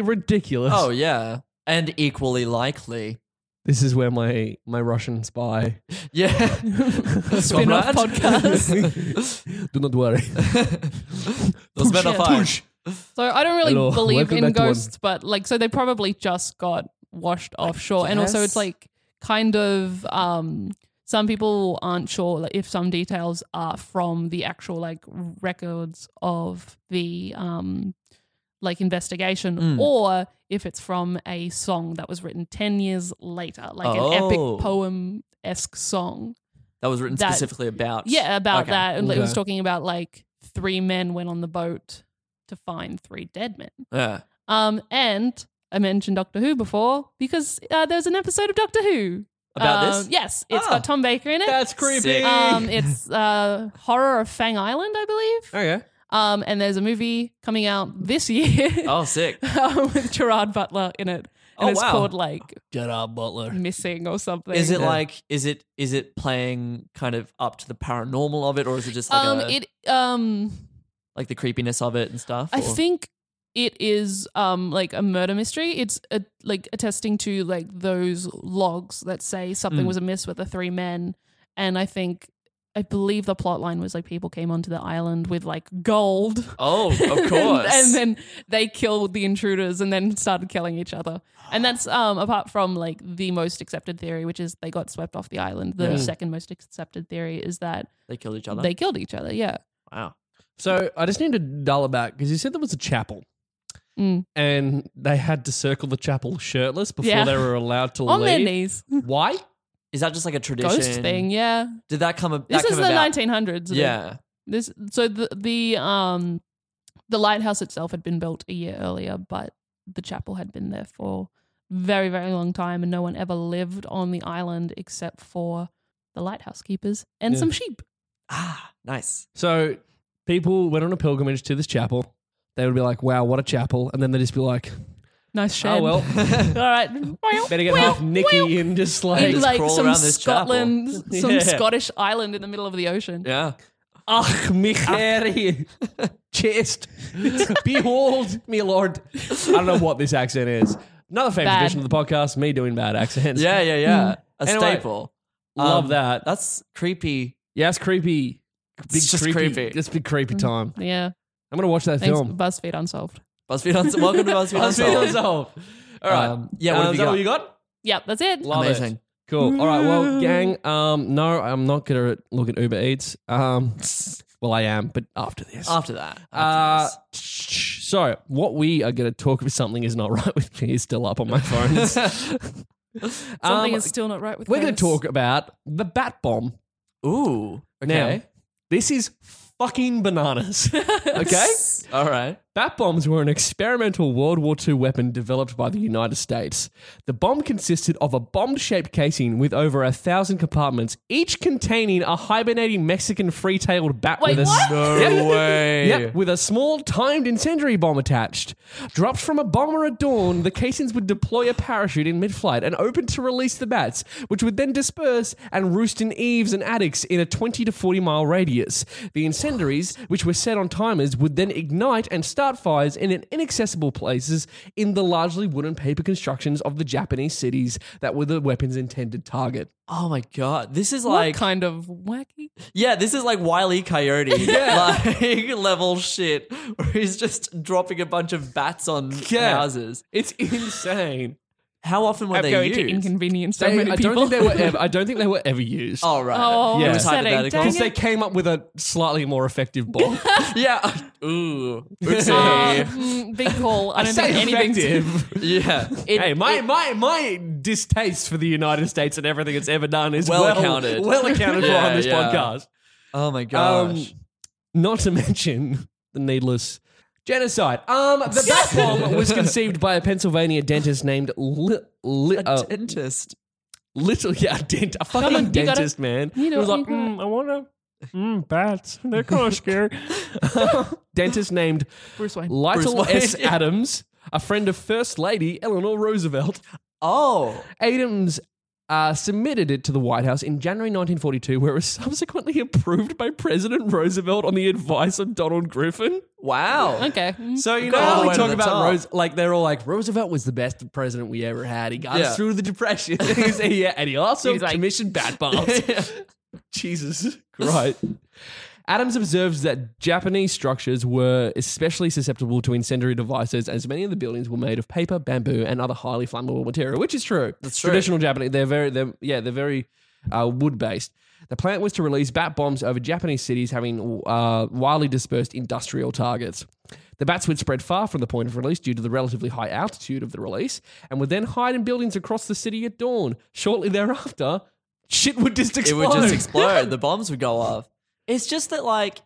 S1: [LAUGHS]
S2: ridiculous.
S3: Oh yeah. And equally likely. [LAUGHS]
S2: this is where my my Russian [LAUGHS] spy
S3: Yeah.
S1: Spin-off
S3: Comrade.
S2: [LAUGHS] podcast. Do not worry.
S3: Those men are fine.
S2: Push.
S1: so I don't really
S2: Hello, [LAUGHS]
S1: believe
S2: welcome
S1: in
S2: back to one.
S1: ghosts, but like, so they probably just got washed offshore, and also
S3: guess.
S1: it's like kind of um, some people aren't sure like, if some details are from the actual like records of the um, like investigation,
S2: Hmm.
S3: Mm.
S1: or if it's from a song that was written ten years later, like an
S3: Oh.
S1: epic poem esque song.
S3: That was written
S1: That-
S3: specifically about.
S1: Yeah, about
S3: Okay.
S1: that. And It was
S2: Okay.
S1: talking about like three men went on the boat to find three dead men.
S3: Yeah.
S1: Um, and I mentioned Doctor Who before because uh, there's an episode of Doctor Who
S3: About
S1: Um,
S3: this?
S1: Yes, it's
S3: Ah.
S1: got Tom Baker in it.
S2: That's creepy.
S3: Sick.
S1: um, it's uh, horror of Fang Island, I believe.
S2: Oh yeah.
S1: Um, and there's a movie coming out this year [LAUGHS]
S3: Oh, sick.
S1: um, with Gerard Butler in it, and
S3: Oh,
S1: it's
S3: wow.
S1: called like
S2: Gerard Butler.
S1: Missing or something.
S3: Is it
S2: Yeah.
S3: like is it is it playing kind of up to the paranormal of it, or is it just like
S1: um,
S3: a,
S1: it um.
S3: like the creepiness of it and stuff?
S1: I
S3: or-
S1: think it is um like a murder mystery. It's a, like attesting to like those logs that say something
S3: Mm.
S1: was amiss with the three men, and I think I believe the plot line was like people came onto the island with like gold,
S3: Oh, of course.
S1: [LAUGHS] and, then they killed the intruders and then started killing each other. And that's um apart from like the most accepted theory, which is they got swept off the island. The
S2: Yeah.
S1: second most accepted theory is that
S3: they killed each other.
S1: they killed each other. Yeah,
S3: wow.
S2: So I just need to dial it back because you said there was a chapel.
S1: Mm.
S2: And they had to circle the chapel shirtless before
S1: Yeah.
S2: they were allowed
S1: [LAUGHS]
S2: to
S1: on
S2: leave.
S1: their knees,
S2: Why?
S3: Is that just like a tradition?
S1: ghost thing. Yeah,
S3: Did that come? ab-
S1: This
S3: that
S1: is
S3: come
S1: the
S3: about?
S1: 1900s.
S3: Yeah.
S1: This so the the um the lighthouse itself had been built a year earlier, but the chapel had been there for very very long time, and no one ever lived on the island except for the lighthouse keepers and
S2: Yeah.
S1: some sheep.
S3: Ah,
S1: [LAUGHS]
S3: nice. [LAUGHS]
S2: So people went on a pilgrimage to this chapel. They would be like, "Wow, what a chapel!" And then they'd just be like,
S4: Nice shed.
S2: "Oh
S1: [LAUGHS]
S2: well,
S4: All right.
S2: better get half Nicky and just like,
S4: In like
S3: crawl
S4: some
S3: around this chapel.
S4: Scotland,
S2: [LAUGHS]
S4: some
S2: Yeah.
S4: Scottish island in the middle of the ocean.
S3: Yeah.
S2: Ach, Micheri, [LAUGHS] chest, [LAUGHS] behold, me lord. I don't know what this accent is. Another favorite
S4: Bad.
S2: edition of the podcast, me doing bad accents.
S3: Yeah, yeah,
S1: Mm.
S3: yeah. A
S2: Anyway,
S3: staple.
S2: love
S3: Um,
S2: that.
S3: That's creepy.
S2: Yeah, it's creepy. Big
S3: It's just creepy.
S2: It's big creepy time.
S4: Yeah.
S2: I'm gonna watch that
S4: Mm. Thanks,
S3: [LAUGHS]
S2: film.
S4: BuzzFeed Unsolved.
S3: BuzzFeed Unsolved. [LAUGHS] Welcome to BuzzFeed
S2: BuzzFeed
S3: Unsolved.
S2: Unsolved. All right.
S3: Um, yeah, what have
S2: uh, is
S3: you
S2: that
S3: got?
S2: all you got?
S4: Yep, that's it.
S2: Love it.
S3: Amazing.
S2: Cool. All right.
S4: [LAUGHS]
S2: Well, gang. Um, no, I'm not gonna look at Uber Eats.
S3: [LAUGHS]
S2: Um, well, I am, but after this.
S3: After that.
S2: Uh,
S3: after
S2: so what we are going to talk about something is not [LAUGHS] right with me is still up on my phone.
S3: [LAUGHS]
S4: Something
S2: Um,
S4: is still not right with
S2: We're going
S4: Chris.
S2: to talk about the bat bomb.
S3: this. Ooh.
S2: Now,
S3: Okay.
S2: this is fucking
S3: [LAUGHS]
S2: bananas. okay,
S3: All right.
S2: bat bombs were an experimental World War II weapon developed by the United States. The bomb consisted of a bomb-shaped casing with over a thousand compartments, each containing a hibernating Mexican free-tailed bat
S4: Wait,
S2: with a
S4: what?
S3: [LAUGHS] No way.
S2: Yep, with a small timed incendiary bomb attached. Dropped from a bomber at dawn, the casings would deploy a parachute in mid flight and open to release the bats, which would then disperse and roost in eaves and attics in a 20 to 40 mile radius. The incendiaries, which were set on timers, would then ignite and start fires in an inaccessible places in the largely wooden paper constructions of the Japanese cities that were the weapon's intended target.
S3: Oh my god. This is
S4: What
S3: like
S4: kind of wacky?
S3: Yeah, this is like Wiley [LAUGHS] Coyote like [LAUGHS] level shit where he's just dropping a bunch of bats on
S2: Yeah.
S3: houses.
S2: It's [LAUGHS] insane.
S3: How often were
S4: I'm
S3: they
S4: going
S3: used?
S4: to inconvenience so
S2: They-
S4: many
S2: I
S4: people.
S2: don't think they were
S4: [LAUGHS]
S2: ever, I don't think they were ever used.
S3: [LAUGHS] oh right.
S4: Oh,
S2: Yeah.
S3: It
S2: I'm
S3: was
S4: upsetting.
S3: hypothetical.
S4: Dang
S2: Because they came up with a slightly more effective bomb.
S3: [LAUGHS] yeah. Ooh. [LAUGHS]
S4: Uh,
S3: Oopsie.
S4: mm, big call. I
S2: I
S4: don't
S2: say
S4: think anything's
S3: [LAUGHS]
S2: effective.
S3: yeah.
S2: hey, my, my my distaste for the United States and everything it's ever done is
S3: Well
S2: well,
S3: accounted.
S2: well accounted for
S3: Yeah,
S2: on this
S3: yeah.
S2: podcast.
S3: oh my
S2: Um,
S3: gosh.
S2: Not to mention the needless genocide. Um, the bat bomb was conceived by a Pennsylvania dentist named Li- Li-
S3: a
S2: uh,
S3: dentist.
S2: Little. Yeah, a dent, a fucking
S4: on, you gotta-
S2: dentist, man.
S4: you know
S2: he was
S4: what
S2: like,
S4: you
S2: mm, I want to. Mm, bats. They're kind of scary. [LAUGHS] dentist named
S4: Bruce Wayne.
S2: Lytle
S3: Bruce Wayne,
S2: S.
S3: yeah.
S2: Adams, a friend of First Lady Eleanor Roosevelt.
S3: Oh.
S2: Adams uh, submitted it to the White House in January 1942, where it was [LAUGHS] subsequently approved by President Roosevelt on the advice of Donald Griffin.
S3: Wow.
S4: Okay. Mm.
S2: So you
S3: Got
S2: know
S3: all
S2: how
S3: the
S2: we
S3: way
S2: talk
S3: to the
S2: about
S3: top.
S2: Rose, like they're all like Roosevelt was the best president we ever had. He got
S3: Yeah.
S2: us through the depression. [LAUGHS] yeah, and he also
S4: He's like-
S2: commissioned bat [LAUGHS] bombs. [LAUGHS] Jesus Christ. Adams observes that Japanese structures were especially susceptible to incendiary devices, as many of the buildings were made of paper, bamboo, and other highly flammable material, which is true.
S3: That's true.
S2: Traditional Japanese, they're very, they're, yeah, they're very uh, wood based. The plan was to release bat bombs over Japanese cities having uh, widely dispersed industrial targets. The bats would spread far from the point of release due to the relatively high altitude of the release, and would then hide in buildings across the city at dawn. Shortly thereafter, shit would just
S3: It
S2: explode.
S3: would just explode. [LAUGHS] the bombs would go off. It's just that like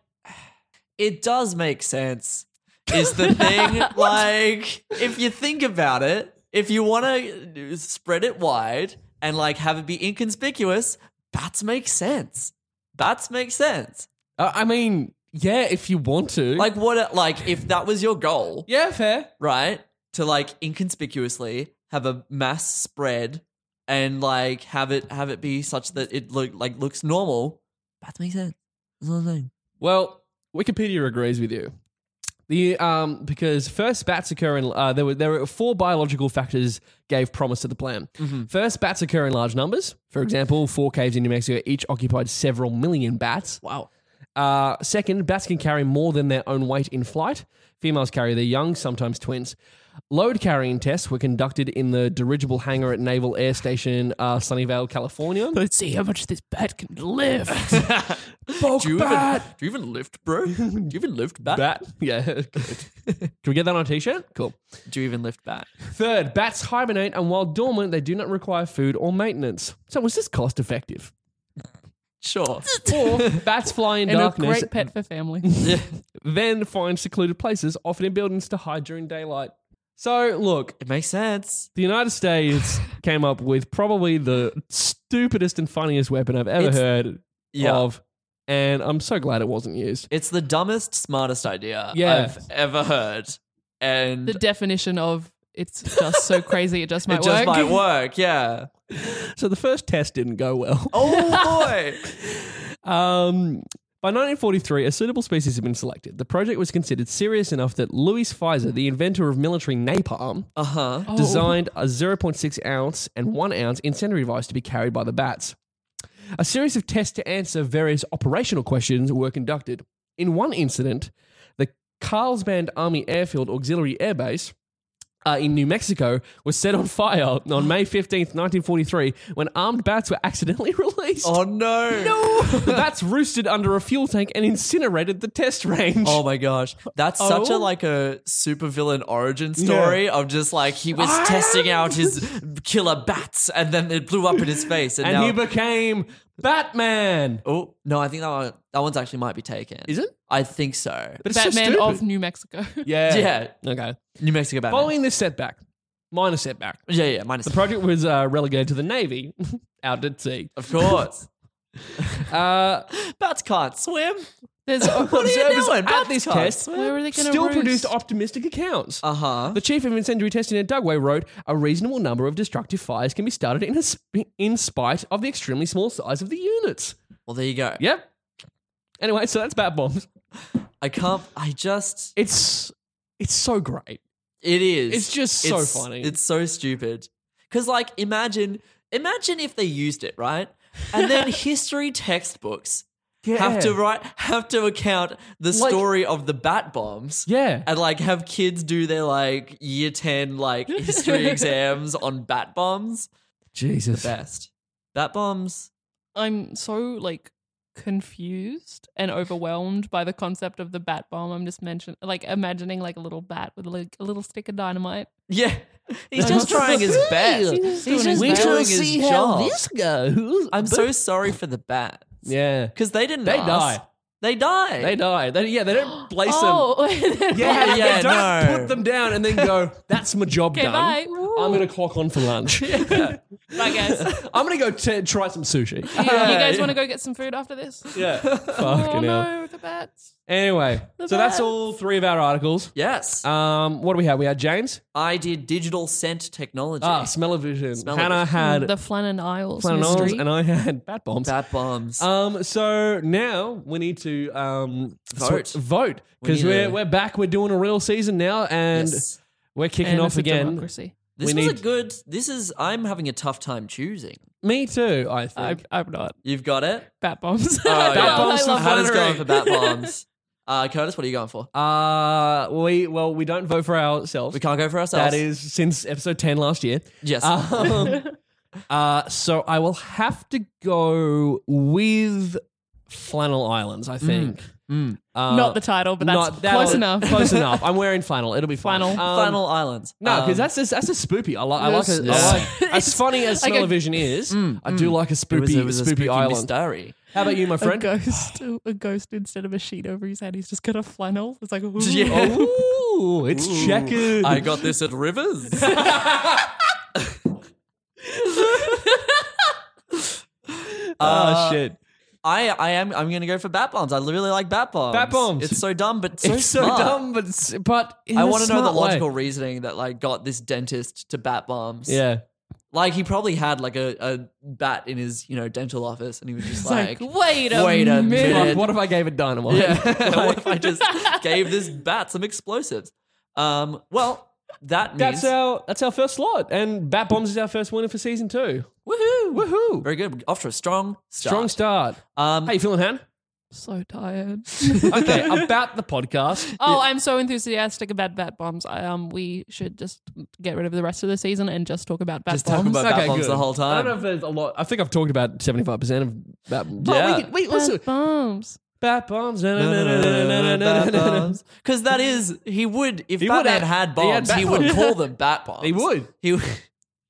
S3: it does make sense. Is the [LAUGHS] thing like if you think about it, if you want to spread it wide and like have it be inconspicuous, bats make sense. Bats make sense.
S2: Uh, I mean, yeah, if you want to.
S3: Like what like if that was your goal,
S2: yeah, fair.
S3: right? To like inconspicuously have a mass spread and like have it have it be such that it look like looks normal. That makes sense. That's what I'm saying.
S2: Well, Wikipedia agrees with you. The um because first bats occur in uh, there were there were four biological factors gave promise to the plan. First, bats occur in large numbers. For example, four caves in New Mexico each occupied several million bats.
S3: Wow.
S2: Uh, second, bats can carry more than their own weight in flight. Females carry their young, sometimes twins. Load carrying tests were conducted in the dirigible hangar at Naval Air Station uh, Sunnyvale, [LAUGHS] California.
S4: Let's see how much this bat can lift.
S2: Bulk
S3: Do you, even,
S2: bat.
S3: do you even lift, bro? Do
S4: [LAUGHS]
S3: you even lift bat?
S2: Bat. Yeah. [LAUGHS] Good. Can we get that on a t shirt? Cool.
S3: Do you even lift bat?
S2: Third, bats hibernate and while dormant, they do not require food or maintenance. So, was this cost effective?
S4: [LAUGHS]
S3: Sure.
S2: [LAUGHS] Fourth, bats fly in
S4: and a
S2: darkness,
S4: great pet for family.
S3: Yeah.
S2: then find secluded places, often in buildings to hide during daylight. So, look,
S3: It makes sense.
S2: the United States came up with probably the stupidest and funniest weapon I've ever
S3: It's-
S2: heard
S3: Yeah.
S2: of and I'm so glad it wasn't used.
S3: It's the dumbest, smartest idea
S2: Yeah.
S3: I've ever heard. And [LAUGHS]
S4: The definition of it's just so crazy, it just might
S3: it just
S4: work.
S3: might
S4: [LAUGHS]
S3: work, yeah.
S2: So the first test didn't go well.
S3: Oh boy.
S2: Um, by 1943, a suitable species had been selected. The project was considered serious enough that Louis Pfizer, the inventor of military napalm,
S4: [LAUGHS]
S3: uh huh.
S2: Oh. designed a 0.6 ounce and 1 ounce incendiary device to be carried by the bats. A series of tests to answer various operational questions were conducted. In one incident, the Carlsbad Army Airfield Auxiliary Air Base uh, in New Mexico was set on fire on May 15th, 1943, when armed bats were accidentally [LAUGHS] released.
S3: Oh no. No.
S2: The bats roosted under a fuel tank and incinerated the test range.
S3: Oh my gosh. That's such a
S2: Oh.
S3: like a supervillain origin story of just like he was
S2: I
S3: testing
S2: am-
S3: out his killer bats and then it blew up in his face and,
S2: and
S3: now
S2: he became Batman.
S3: Oh, no, I think that one that one's actually might be taken.
S2: Is it?
S3: I think so.
S2: But it's so
S4: Batman
S2: stupid.
S4: of New Mexico. [LAUGHS]
S2: yeah.
S3: Yeah.
S2: Okay.
S3: New Mexico Batman.
S2: Following this setback, minor setback,
S3: yeah, yeah, minus
S2: the project was uh, relegated to the Navy [LAUGHS] out at sea.
S3: Of course.
S2: [LAUGHS] Uh,
S3: bats can't swim.
S4: There's
S3: What are you
S2: observers
S3: doing?
S2: at
S3: Bats
S2: this
S3: can't
S2: test
S4: where are they going to
S2: still produced optimistic accounts.
S3: Uh huh.
S2: the chief of incendiary testing at Dugway wrote, "A reasonable number of destructive fires can be started in a sp- in spite of the extremely small size of the units."
S3: Well, there you go.
S2: Yep. Anyway, so that's bat bombs.
S3: I can't. I just.
S2: It's it's so great.
S3: It is.
S2: It's just so funny.
S3: It's so stupid. Because, like, imagine, imagine if they used it, right? And
S2: [LAUGHS]
S3: then history textbooks have to write, have to account the
S2: Like-
S3: story of the bat bombs.
S2: Yeah.
S3: And like have kids do their like year ten
S2: [LAUGHS]
S3: like history exams on bat bombs.
S2: Jesus.
S3: Best bat bombs.
S4: I'm so like confused and overwhelmed by the concept of the bat bomb. I'm just mentioning, like imagining like a little bat with like a little stick of dynamite.
S3: Yeah, he's
S2: [LAUGHS]
S3: just trying his best.
S4: He's
S3: He's
S4: doing
S3: just
S4: his
S3: doing his job.
S2: goes.
S3: I'm so sorry for the bats.
S2: Yeah.
S3: because they didn't.
S2: They
S3: ask.
S2: die.
S3: They die.
S2: They die. They, yeah, they
S4: [GASPS]
S2: don't place them.
S4: Oh, [LAUGHS]
S2: Yeah,
S3: Yeah,
S2: they don't
S3: no.
S2: put them down and then go, that's my job
S4: okay,
S2: done.
S4: bye.
S2: I'm going to clock on
S4: [LAUGHS]
S2: for lunch.
S4: Bye, guys. You,
S2: I'm going to go t- try
S4: [LAUGHS]
S2: some sushi.
S4: you guys want to go get some food after this?
S2: yeah. [LAUGHS] Fucking
S4: Oh
S2: hell.
S4: no, the bats.
S2: Anyway, so that's all three of our articles.
S3: Yes,
S2: Um, what do we have? We had James.
S3: I did digital scent technology.
S2: Ah, smell-o-vision.
S3: Smell-o-vision.
S2: Hannah had
S4: the Flannan Isles
S2: flannels
S4: mystery.
S2: and I had bat bombs.
S3: Bat bombs.
S2: Um, so now we need to um,
S3: Vote.
S2: sw- vote
S3: We need
S2: because we're
S3: to-
S2: we're back. We're doing a real season now, and
S3: Yes.
S2: we're kicking
S4: and
S2: off
S4: it's a
S2: again.
S4: democracy.
S2: we
S3: This was a
S2: need-
S3: good. This is. I'm having a tough time choosing.
S2: Me too. I
S4: I,
S2: think.
S4: I'm not
S3: You've got it.
S4: bat [LAUGHS] bombs.
S3: Oh,
S2: Bat bombs
S4: I
S2: for
S4: love
S2: fun.
S3: Hannah's
S2: flannery.
S3: going
S2: [LAUGHS]
S3: for bat bombs. Uh, Curtis, what are you going for?
S2: uh we well we don't vote for ourselves.
S3: We can't go for ourselves.
S2: That is since episode ten last year.
S3: yes. [LAUGHS]
S2: Um, uh, so I will have to go with Flannel Islands. I think.
S3: Mm.
S2: Uh,
S4: not the title, but that's
S2: not- that'll-
S4: close enough.
S2: [LAUGHS]
S4: [LAUGHS]
S2: Close enough. I'm wearing flannel. It'll be fine.
S4: Flannel.
S2: Um,
S3: Final Islands.
S2: No, because
S3: Um,
S2: that's a, that's a spoopy. I, li- I like
S4: Yes.
S2: a,
S3: Yeah.
S2: I like
S3: [LAUGHS]
S2: as funny as
S4: like a-
S2: Smell-O-Vision is. I do like a spoopy,
S3: Mm, it was, it was
S2: spoopy
S3: a spooky
S2: island. [LAUGHS]
S3: mystery.
S2: How about you, my
S4: a
S2: friend?
S4: ghost, a ghost instead of a sheet over his head. He's just got a flannel. It's like, ooh. [LAUGHS]
S2: [LAUGHS]
S3: Yeah.
S2: Ooh, it's
S3: Ooh,
S2: checkered.
S3: I got this
S2: [LAUGHS]
S3: at Rivers.
S2: oh shit!
S3: I, I am. I'm gonna go for bat bombs. I really like bat bombs.
S2: Bat bombs.
S3: It's so dumb, but so
S2: it's
S3: smart.
S2: so dumb, but s- but in
S3: I
S2: a
S3: want to know the
S2: smart way.
S3: logical reasoning that like got this dentist to bat bombs.
S2: Yeah,
S3: like he probably had like a, a bat in his you know dental office, and he was just like,
S4: wait a
S3: Wait a
S4: minute.
S3: minute.
S2: Fuck, what if I gave it dynamite? [LAUGHS]
S3: [LAUGHS] yeah, what if I just gave this bat some explosives? Um, well, that means
S2: That's our that's our first slot, and Bat Bombs is our first winner for season two.
S3: woohoo,
S2: Woohoo!
S3: Very good. Off to a strong start.
S2: Strong start.
S3: Um,
S2: How you feeling, Han?
S4: So tired.
S2: Okay, about the podcast.
S4: [LAUGHS] oh, I'm so enthusiastic about bat bombs. I, um, we should just get rid of the rest of the season and just talk about bat
S3: Just talk
S4: bombs.
S3: about Bat Bombs the whole
S2: I don't
S3: time.
S2: know if there's a lot. I think I've talked about seventy five percent of Bat Bombs. But
S3: Yeah.
S2: we can- wait,
S4: bat
S2: listen.
S4: bombs.
S2: Bat bombs. na- na- na- na- na- na- na- na- na- na-
S3: Because that is, he would, if
S2: He would
S3: Batman
S2: have-
S3: had
S2: he had
S3: bombs, he,
S2: bat
S3: would
S2: bombs.
S3: call them bat bombs.
S2: He would.
S3: He, would-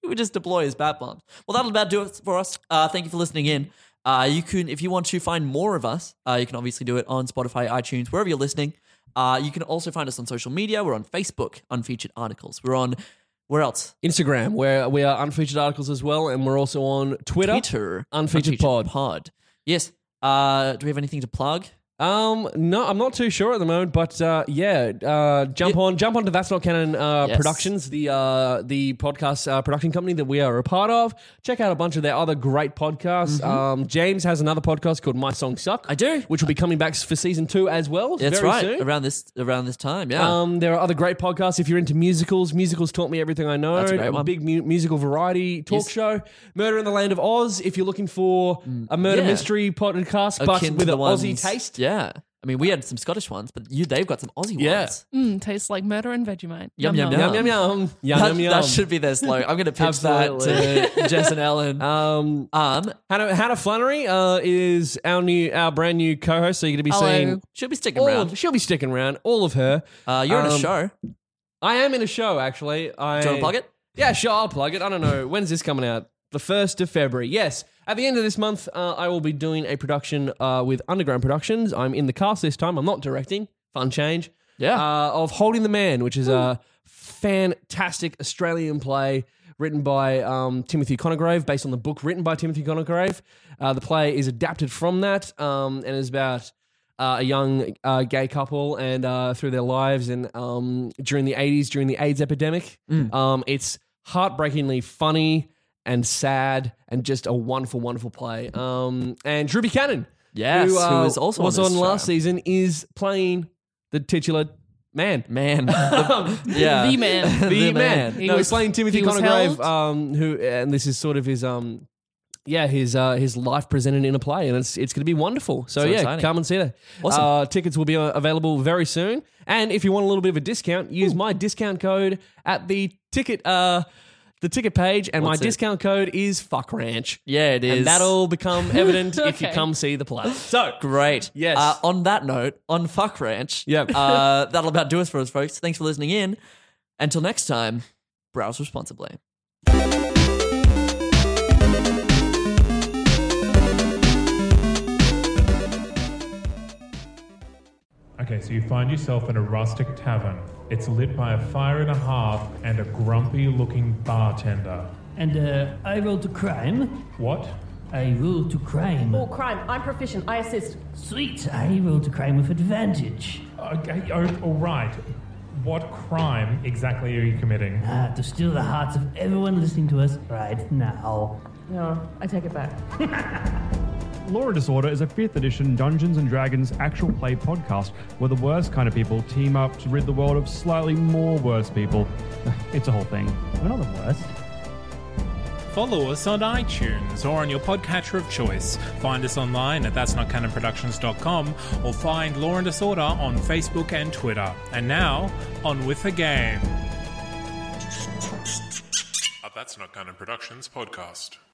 S3: he would just deploy his bat bombs. Well, that'll about do it for us. Uh, thank you for listening in. Uh, you can, if you want to find more of us, uh, you can obviously do it on Spotify, iTunes, wherever you're listening. Uh, you can also find us on social media. We're on Facebook, Unfeatured Articles. We're on, where else?
S2: Instagram, where we are unfeatured articles as well, and we're also on Twitter.
S3: Twitter.
S2: Unfeatured Pod.
S3: Pod. Yes. Uh, do we have anything to plug?
S2: Um, no, I'm not too sure at the moment, but uh, yeah, uh, jump on, jump onto That's Not Canon uh,
S3: Yes.
S2: Productions, the uh, the podcast uh, production company that we are a part of. Check out a bunch of their other great podcasts. Um, James has another podcast called My Song Suck.
S3: Mm-hmm. I do.
S2: which will be coming back for season two as well.
S3: That's
S2: very
S3: right.
S2: soon.
S3: Around this around this time, yeah.
S2: Um, there are other great podcasts if you're into musicals. Musicals taught me everything I know.
S3: That's a great one.
S2: big mu- musical variety talk
S3: Yes.
S2: show. Murder in the Land of Oz. If you're looking for a murder
S3: yeah.
S2: mystery podcast, but
S3: Akin to
S2: with an
S3: the ones-
S2: Aussie taste.
S3: Yeah. I mean, we had some Scottish ones, but you they've got some Aussie
S2: Yeah.
S3: ones.
S4: Mm, tastes like murder and Vegemite.
S3: Yum, yum,
S2: Yum yum yum yum
S3: that,
S2: yum yum.
S3: that should be their slogan. I'm going to pitch that
S2: Absolutely.
S3: to [LAUGHS] Jess and
S2: [LAUGHS]
S3: Ellen.
S2: um,
S3: Um,
S2: Hannah, Hannah Flannery uh, is our new, our brand new co-host. So you're going to be
S3: Hello.
S2: seeing
S3: she'll be sticking
S2: all
S3: around.
S2: of. She'll be sticking around. All of her.
S3: uh, you're in a
S2: Um,
S3: show.
S2: I am in a show actually. I,
S3: Do you want to plug it?
S2: Yeah, sure, I'll plug it. I don't know. When's this coming out? The 1st of February. Yes. At the end of this month, uh, I will be doing a production uh, with Underground Productions. I'm in the cast this time. I'm not directing. Fun change.
S3: Yeah.
S2: [LAUGHS] Uh, of Holding the Man, which is a fantastic Australian play written by um, Timothy Conigrave, based on the book written by Timothy Conigrave. Uh, the play is adapted from that um, and is about uh, a young uh, gay couple and uh, through their lives and um, during the 80s, during the AIDS epidemic. Um, it's heartbreakingly funny and sad and just a wonderful, wonderful play. Um, and Drew Buchanan,
S3: Yes, who
S2: uh,
S3: was also on
S2: was
S3: this
S2: on last
S3: show.
S2: season, is playing the titular man. [LAUGHS]
S3: [LAUGHS] Man. yeah.
S4: The man.
S2: The, man.
S4: He
S2: No,
S4: was-
S2: he's playing Timothy
S4: he was
S2: Conigrave,
S4: held.
S2: um, who, and this is sort of his, um, yeah, his uh, his life presented in a play, and it's it's going to be wonderful. So,
S3: So
S2: yeah,
S3: exciting.
S2: come and see that.
S3: Awesome.
S2: Uh, tickets will be uh, available very soon, and if you want a little bit of a discount, use my discount code at the ticket. Uh, the ticket page and
S3: What's
S2: my
S3: it?
S2: discount code is fuck ranch.
S3: Yeah, it is.
S2: And that'll become
S3: [LAUGHS]
S2: evident if you
S4: Okay.
S2: come see the play. So
S3: Great.
S2: Yes.
S3: Uh, on that note, on Fuck Ranch,
S2: Yep.
S3: uh, that'll about do us for us, folks. Thanks for listening in. Until next time, browse responsibly.
S5: Okay, so you find yourself in a rustic tavern. It's lit by a fire and a half and a grumpy looking bartender.
S6: And uh, I roll to crime.
S5: What?
S6: I roll to crime.
S7: Or crime. I'm proficient. I assist.
S6: Sweet, I roll to crime with advantage.
S5: Okay, oh, all right. What crime exactly are you committing?
S6: Ah, to steal the hearts of everyone listening to us right now.
S7: No, I take it back.
S8: Law and Disorder is a 5th edition Dungeons and Dragons actual play podcast where the worst kind of people team up to rid the world of slightly more worse people. [LAUGHS] It's a whole thing. We're not the worst.
S5: Follow us on iTunes or on your podcatcher of choice. Find us online at that'snotcanonproductions.com or find Law and Disorder on Facebook and Twitter. And now, on with the game. That's Not Canon Productions podcast.